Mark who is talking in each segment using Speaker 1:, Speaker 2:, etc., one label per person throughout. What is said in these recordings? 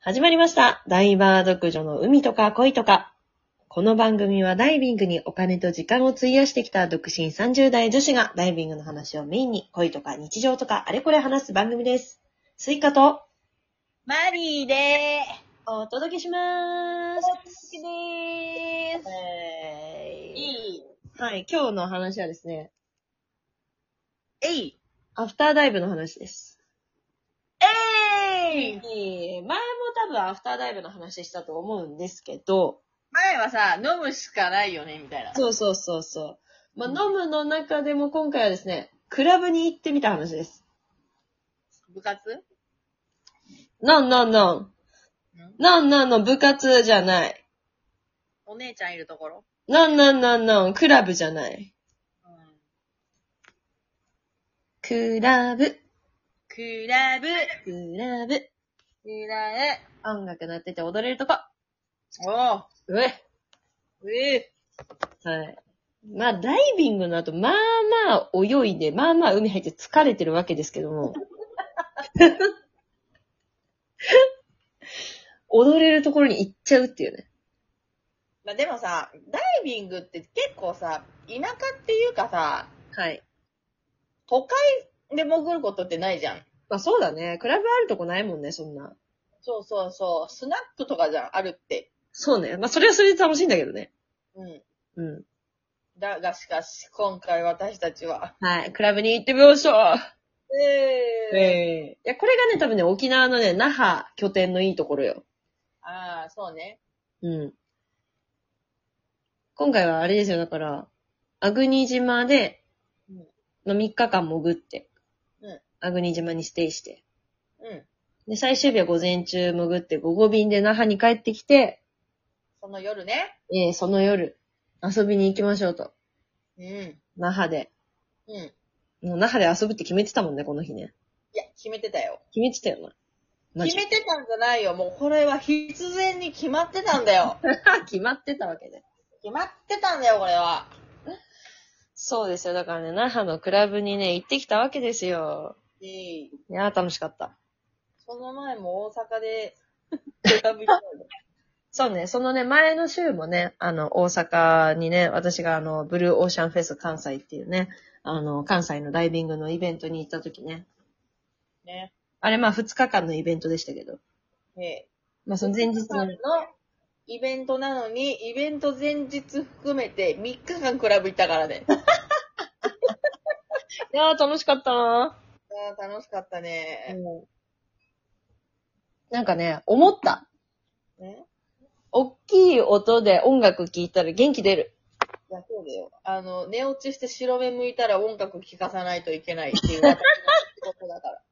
Speaker 1: 始まりました。ダイバー読女の海とか恋とか。この番組はダイビングにお金と時間を費やしてきた独身30代女子がダイビングの話をメインに恋とか日常とかあれこれ話す番組です。スイカと
Speaker 2: マリーで
Speaker 1: お届けしまー
Speaker 2: ー
Speaker 1: す。
Speaker 2: す。でーす。
Speaker 1: えー
Speaker 2: いい。
Speaker 1: はい、今日の話はですね、
Speaker 2: えい。
Speaker 1: アフターダイブの話です。
Speaker 2: えい
Speaker 1: 前も多分アフターダイブの話したと思うんですけど、
Speaker 2: 前はさ、飲むしかないよね、みたいな。
Speaker 1: そうそうそうそう。まあ、飲むの中でも今回はですね、クラブに行ってみた話です。
Speaker 2: 部活
Speaker 1: ノンノンノン。ノンノンノン部活じゃない。
Speaker 2: お姉ちゃんいるところ
Speaker 1: ノンノンノンノンクラブじゃない。
Speaker 2: うん。
Speaker 1: クラブ、
Speaker 2: クラブ。
Speaker 1: クラブ。
Speaker 2: クラ
Speaker 1: 音楽鳴ってて踊れるとこ。
Speaker 2: ブ。おう。
Speaker 1: うえ。
Speaker 2: え
Speaker 1: はい。まあ、ダイビングの後、まあまあ泳いで、まあまあ海入って疲れてるわけですけども。 踊れるところに行っちゃうっていうね。
Speaker 2: まあ、でもさ、ダイビングって結構さ、田舎っていうかさ、
Speaker 1: はい。
Speaker 2: 都会で潜ることってないじゃん。
Speaker 1: まあそうだね。クラブあるとこないもんね、そんな。
Speaker 2: そうそうそう。スナックとかじゃん、あるって。
Speaker 1: そうね。まあそれはそれで楽しいんだけどね。
Speaker 2: うん。
Speaker 1: うん。
Speaker 2: だが、しかし、今回私たちは。
Speaker 1: はい。クラブに行ってみましょう
Speaker 2: え
Speaker 1: ええいや、これがね、多分ね、沖縄のね、那覇拠点のいいところよ。
Speaker 2: ああ、そうね。
Speaker 1: うん。今回はあれですよ、だから、アグニ島で
Speaker 2: うん、
Speaker 1: の3日間潜って、
Speaker 2: うん
Speaker 1: アグニ島にステイして、
Speaker 2: うん。
Speaker 1: で、最終日は午前中潜って、午後便で那覇に帰ってきて、
Speaker 2: その夜ね。
Speaker 1: えーその夜、遊びに行きましょうと。
Speaker 2: うん。
Speaker 1: 那覇で。
Speaker 2: うん。い
Speaker 1: もう那覇で遊ぶって決めてたもんね、この日ね。
Speaker 2: や、決めてたよ。
Speaker 1: 決めてたよな。マ
Speaker 2: 決
Speaker 1: ジ
Speaker 2: めてたんじゃないよ。もうこれは必然に決まってたんだ よ。
Speaker 1: 決まってたわけで。
Speaker 2: 決まってたんだよ、これは。
Speaker 1: そうですよ。だからね、那覇のクラブにね、行ってきたわけですよ。
Speaker 2: いい。
Speaker 1: いやー楽しかった。
Speaker 2: その前も大阪で、出たみたい
Speaker 1: そうね、そのね、前の週もね、あの、大阪にね、私があの、ブルーオーシャンフェス関西っていうね、あの、関西のダイビングのイベントに行った時ね。
Speaker 2: ね。
Speaker 1: あれまあ、2日間のイベントでしたけど。
Speaker 2: ね
Speaker 1: まあ、その前日の
Speaker 2: の、イベントなのに、イベント前日含めて3日間クラブ行ったからね。
Speaker 1: いやー楽しかったな
Speaker 2: あー楽しかったね。
Speaker 1: うんなんかね、思った。
Speaker 2: うん、い
Speaker 1: 大きい音で音楽聴いたら元気出る。
Speaker 2: や、そうだよ。あの、寝落ちして白目向いたら音楽聴かさないといけないっていう 私のことだから。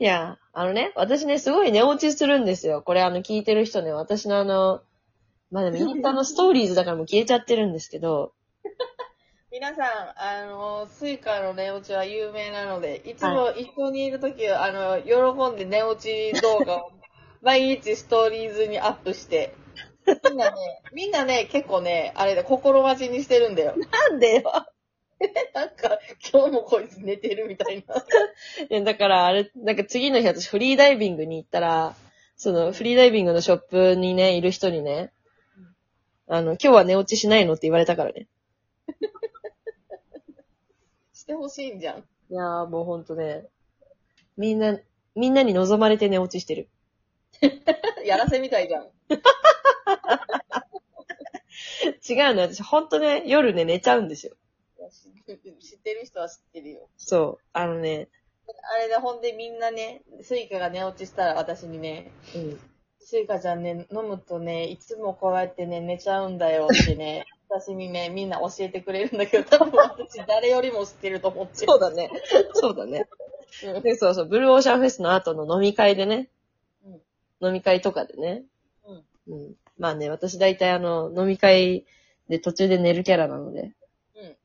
Speaker 1: いや、あのね、私ね、すごい寝落ちするんですよ。これあの、聞いてる人ね、私のあの、まあでもインスタのストーリーズだからもう消えちゃってるんですけど、
Speaker 2: 皆さん、あの、スイカの寝落ちは有名なので、いつも一緒にいるときは、あの、喜んで寝落ち動画を毎日ストーリーズにアップして、みん なね、みんなね、結構ね、あれだ、心待ちにしてるんだよ。
Speaker 1: なんでよ
Speaker 2: なんか、今日もこいつ寝てるみたいな。
Speaker 1: いやだからあれ、なんか次の日私フリーダイビングに行ったら、そのフリーダイビングのショップにね、いる人にね、あの、今日は寝落ちしないのって言われたからね。
Speaker 2: してほしいん じゃん。
Speaker 1: いやーもうほんとね、みんな、みんなに望まれて寝落ちしてる。
Speaker 2: やらせみたいじゃん。
Speaker 1: 違うの、私ほんとね、夜ね、寝ちゃうんですよ。
Speaker 2: 知ってる人は知ってるよ。
Speaker 1: そう。あのね、
Speaker 2: あれで、ほんでみんなね、スイカが寝落ちしたら私にね、
Speaker 1: うん。
Speaker 2: スイカちゃんね、飲むとね、いつもこうやってね、寝ちゃうんだよってね、 私にね、みんな教えてくれるんだけど、 多分私誰よりも知ってると思ってる。
Speaker 1: そうだね。 そうだね。
Speaker 2: うん
Speaker 1: で、そうそう、ブルーオーシャンフェスの後の飲み会でね、飲み会とかでね、うん。まあね、私大体あの、飲み会で途中で寝るキャラなので、
Speaker 2: うん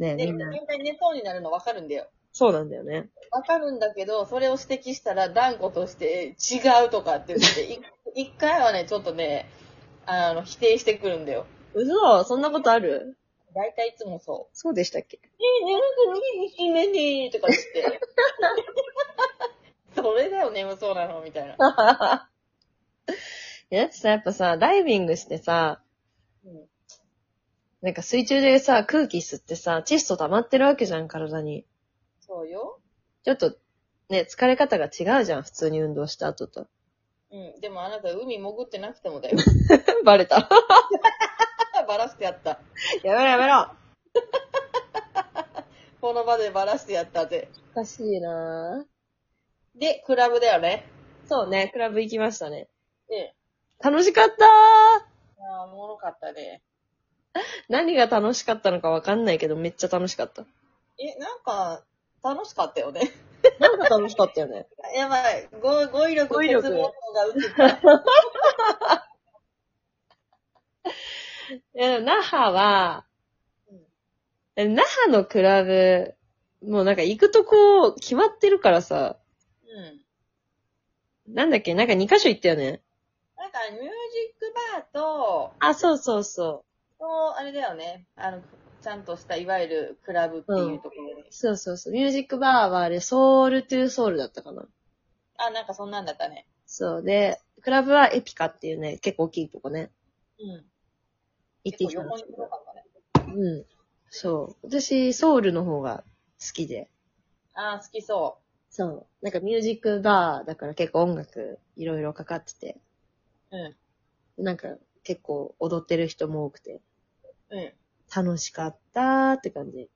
Speaker 1: ね、
Speaker 2: うん。で、
Speaker 1: み
Speaker 2: み
Speaker 1: ん
Speaker 2: ん
Speaker 1: な
Speaker 2: な、寝そうになるの分かるんだよ。
Speaker 1: そうなんだよね。
Speaker 2: 分かるんだけど、それを指摘したら断固として違うとかって言 って、い一回はね、ちょっとね、あの、否定してくるんだよ。
Speaker 1: 嘘そんなことある
Speaker 2: 大体いつも そ
Speaker 1: そうでしたっけ
Speaker 2: う。え、眠くねえ、ねねとか言って。 それだよ、眠そうなの、みたいな。
Speaker 1: いや、さ、やっぱさ、ダイビングしてさ、
Speaker 2: うん
Speaker 1: なんか水中でさ、空気吸ってさ、窒素溜まってるわけじゃん、体に。
Speaker 2: そうよ。
Speaker 1: ちょっと、ね、疲れ方が違うじゃん、普通に運動した後と。
Speaker 2: うん。でもあなた、海潜ってなくてもだよ。
Speaker 1: バレた。
Speaker 2: バラしてやった。
Speaker 1: やめろやめろ
Speaker 2: この場でバラしてやったぜ。
Speaker 1: おかしいなぁ。
Speaker 2: で、クラブだよね。
Speaker 1: そうね、クラブ行きましたね。
Speaker 2: え
Speaker 1: 楽しかったー
Speaker 2: え。ああ、おもろかったね。
Speaker 1: 何が楽しかったのかわかんないけど、めっちゃ楽しかった。
Speaker 2: え、なんか、楽しかったよね。
Speaker 1: なんか楽しかったよね。
Speaker 2: やばい。語語彙力
Speaker 1: 語彙
Speaker 2: 欠
Speaker 1: 力
Speaker 2: 乏が映った。
Speaker 1: え、那覇は
Speaker 2: うん、
Speaker 1: え那覇のクラブ、もうなんか行くとこ決まってるからさ、
Speaker 2: うん。
Speaker 1: なんだっけ、なんか2カ所行ったよね。
Speaker 2: なんか、ミュージックバーと、
Speaker 1: あ、そうそうそ
Speaker 2: と、あれだよね。あの、ちゃんとした、いわゆるクラブっていうところに。
Speaker 1: う。そうそうそう。ミュージックバーはあれ、ソウルトゥーソウルだったかな。
Speaker 2: あ、なんかそんなんだったね。
Speaker 1: そう。で、クラブはエピカっていうね、結構大きいとこね、
Speaker 2: うん。
Speaker 1: 行ってきたんで
Speaker 2: 横に
Speaker 1: すけ
Speaker 2: 広かったね。
Speaker 1: ど。うん。そう。私、ソウルの方が好きで。
Speaker 2: あー好きそ
Speaker 1: そう。なんかミュージックバーだから結構音楽いろいろかかってて、
Speaker 2: う。うん。
Speaker 1: なんか結構踊ってる人も多くて、
Speaker 2: うん。い
Speaker 1: 楽しかったーって感じ。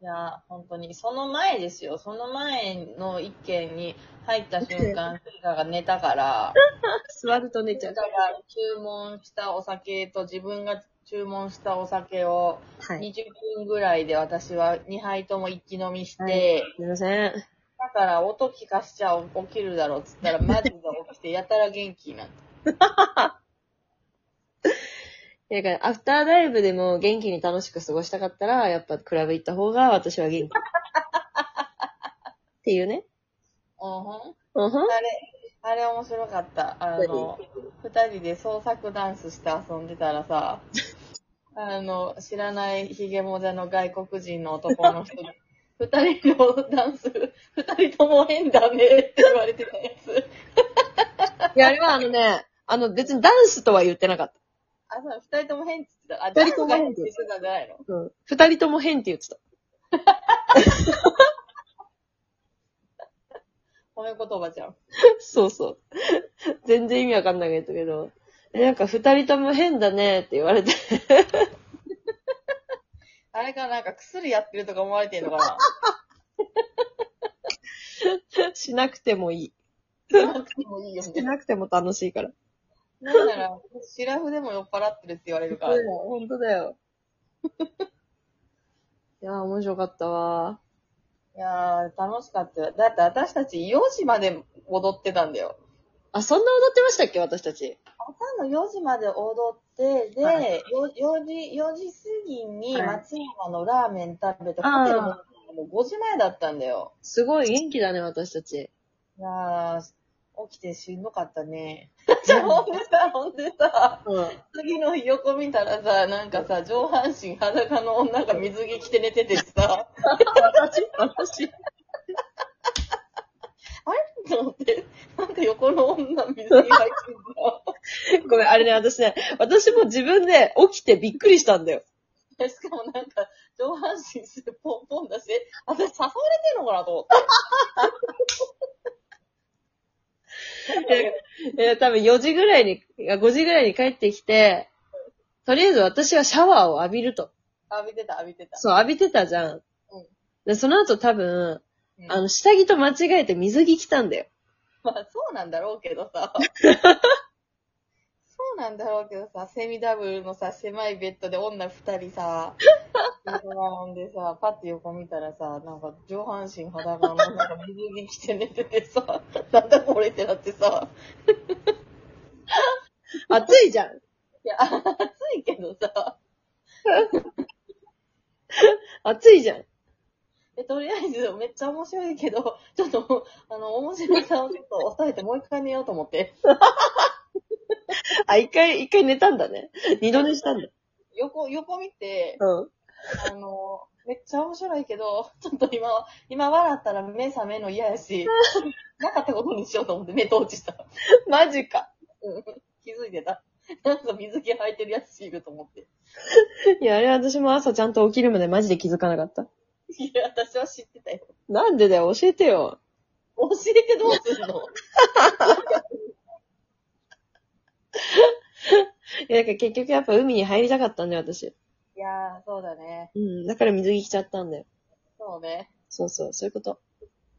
Speaker 2: やー、本当に、その前ですよ。その前の一軒に入った瞬間、スイカが寝たから、
Speaker 1: 座ると寝
Speaker 2: スイカが注文したお酒と自分が注文したお酒を、
Speaker 1: はい。
Speaker 2: 20分ぐらいで私は2杯とも一気飲みして、
Speaker 1: はいすいません。
Speaker 2: だから音聞かしちゃう起きるだろうっつったら、マジで起きて、やたら元気になった。
Speaker 1: だから、アフターダイブでも元気に楽しく過ごしたかったら、やっぱクラブ 行った方が私は元気。っていうね。
Speaker 2: うんほん
Speaker 1: うんふん
Speaker 2: あれ、あれ面白かった。あの、二人で創作ダンスして遊んでたらさ、あの、知らないヒゲもじゃの外国人の男の人に、 二人のダンス、二人とも変だねって言われてたやつ。
Speaker 1: いや、あれはあのね、あの別にダンスとは言ってなかっ
Speaker 2: あ、そう、二人とも変って言ってた。あ、
Speaker 1: 二人とも変
Speaker 2: ダンスがって言ってたんじゃないの
Speaker 1: た。うん。二人とも変って言ってた。
Speaker 2: 褒め言葉じゃん。
Speaker 1: そうそう。全然意味わかんないけど。えなんか二人とも変だねって言われて。
Speaker 2: あれかなんか薬やってるとか思われてんのかな
Speaker 1: しなくてもいい。
Speaker 2: なくてもいいよ、みた
Speaker 1: し
Speaker 2: いな。
Speaker 1: なくても楽しいから。
Speaker 2: なんなら、シラフでも酔っ払ってるって言われるから。
Speaker 1: 本当だよ。 いやー、面白かったわ
Speaker 2: いやー、楽しかったよ。だって私たち4時まで踊ってたんだよ。
Speaker 1: ー。あ、そんな踊ってましたっけ私たち。
Speaker 2: 朝の4時まで踊って、で、
Speaker 1: は
Speaker 2: 4, 時、4時過ぎに
Speaker 1: はい
Speaker 2: 松山のラーメン食べて、
Speaker 1: あー
Speaker 2: ホテルももう5時前だったんだよ。
Speaker 1: すごい元気だね、私たち。
Speaker 2: いやー、起きてしんどかったね。じゃあ ほんでさ、ほんでさ、
Speaker 1: うん。
Speaker 2: 次の日横見たらさ、なんかさ、上半身裸の女が水着着て寝ててさ、
Speaker 1: 私私
Speaker 2: と思って、なんか横の女水着履いてんだ。
Speaker 1: ごめん、あれね、私ね、私も自分で起きてびっくりしたんだよ。
Speaker 2: でしかもなんか、上半身するポンポンだし、私誘われてんのかなと思っ
Speaker 1: えー、多分4時ぐらいに、いや5時ぐらいに帰ってきて、とりあえず私はシャワーを浴びると。
Speaker 2: た。浴びてた、浴びてた。
Speaker 1: そう、浴びてたじゃん。
Speaker 2: うん
Speaker 1: で、その後多分、
Speaker 2: うん
Speaker 1: あの、下着と間違えて水着着たんだよ。
Speaker 2: まあ、そうなんだろうけど さ。そうなんだろうけどさ、セミダブルのさ、狭いベッドで女二人さ、並んでさ、パッて横見たらさ、なんか上半身裸の女が水着着て寝ててさ、なんだこれってなってさ、
Speaker 1: 暑いじゃん。
Speaker 2: いや、暑いけどさ、
Speaker 1: 暑いじゃん。
Speaker 2: え、とりあえずめっちゃ面白いけど、 ちょっと、あの、面白さをちょっと抑えてもう一回寝ようと思って。
Speaker 1: あ、一回、一回寝たんだね。二度寝したんだ。
Speaker 2: い横、横見て、
Speaker 1: うん。
Speaker 2: あの、めっちゃ面白いけど、 ちょっと今は、今笑ったら目覚めるの嫌や し、なかったことにしようと思って目閉じた。
Speaker 1: マジか。
Speaker 2: うん気づいてた。 なんか水気履いてるやついると思って。
Speaker 1: いや、あれ私も朝ちゃんと起きるまでマジで気づかなかった。
Speaker 2: いや、私は知ってたよ。
Speaker 1: なんでだよ、教えてよ。
Speaker 2: 教えてどうすんの
Speaker 1: いや、だから結局やっぱ海に入りたかったんだよ、私。
Speaker 2: いやー、そうだね。
Speaker 1: うん。だから水着着ちゃったんだよ。
Speaker 2: そうね。
Speaker 1: そうそう、そういうこと。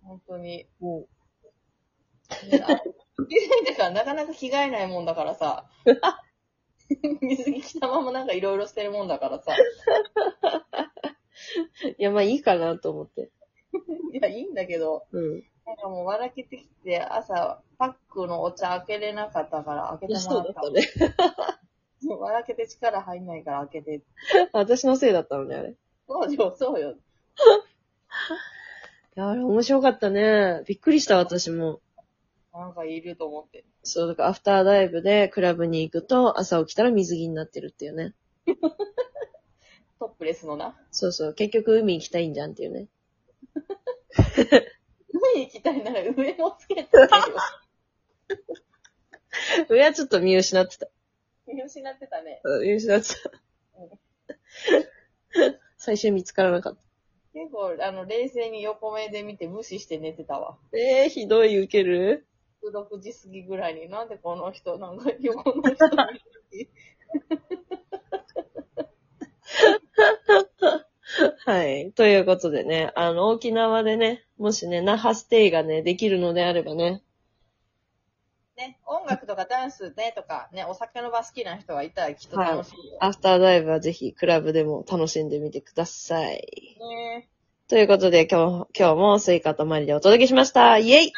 Speaker 2: 本当に。
Speaker 1: も
Speaker 2: ねあ水着ってか、なかなか着替えないもんだからさ。 水着着たままなんかいろいろしてるもんだから
Speaker 1: う。
Speaker 2: さ。
Speaker 1: いや、まあいいかなと思って。
Speaker 2: いや、いいんだけど、
Speaker 1: うん。
Speaker 2: なんかもう笑けてきて、朝、パックのお茶開けれなかったから開
Speaker 1: い
Speaker 2: け
Speaker 1: や、
Speaker 2: て
Speaker 1: そ
Speaker 2: もら
Speaker 1: うだ
Speaker 2: っ。
Speaker 1: ったたね。
Speaker 2: もう笑けて力入んないから開けて。
Speaker 1: 私のせいだったのね、あれ。い
Speaker 2: そうよ、そうよ。
Speaker 1: や、あれ面白かったね。びっくりした、私も。
Speaker 2: なんかいると思って。
Speaker 1: そう、だからアフターダイブでクラブに行くと、朝起きたら水着になってるっていうね。
Speaker 2: トップレスのな。
Speaker 1: そうそう、結局海行きたいんじゃんっていうね。
Speaker 2: 海行きたいなら上もつけてよ。
Speaker 1: 上はちょっと見失ってた。
Speaker 2: 見失ってたね。
Speaker 1: うん見失ってた
Speaker 2: うん。
Speaker 1: 最初見つからなかっ
Speaker 2: 結構、あの、冷静に横目で見て無視して寝てたわ。
Speaker 1: た。ええひどい受ける
Speaker 2: 16時過ぎぐらいに、なんでこの人、なんか横の人に。
Speaker 1: はい。ということでね、あの、沖縄でね、もしね、那覇ステイがね、できるのであればね、
Speaker 2: ね、音楽とかダンスね、とか、ね、お酒の場好きな人がいたらきっと楽しいよ。
Speaker 1: アフターダイブはぜひクラブでも楽しんでみてください。
Speaker 2: ね
Speaker 1: ということで、今日、今日もスイカとマリでお届けしました。イェイ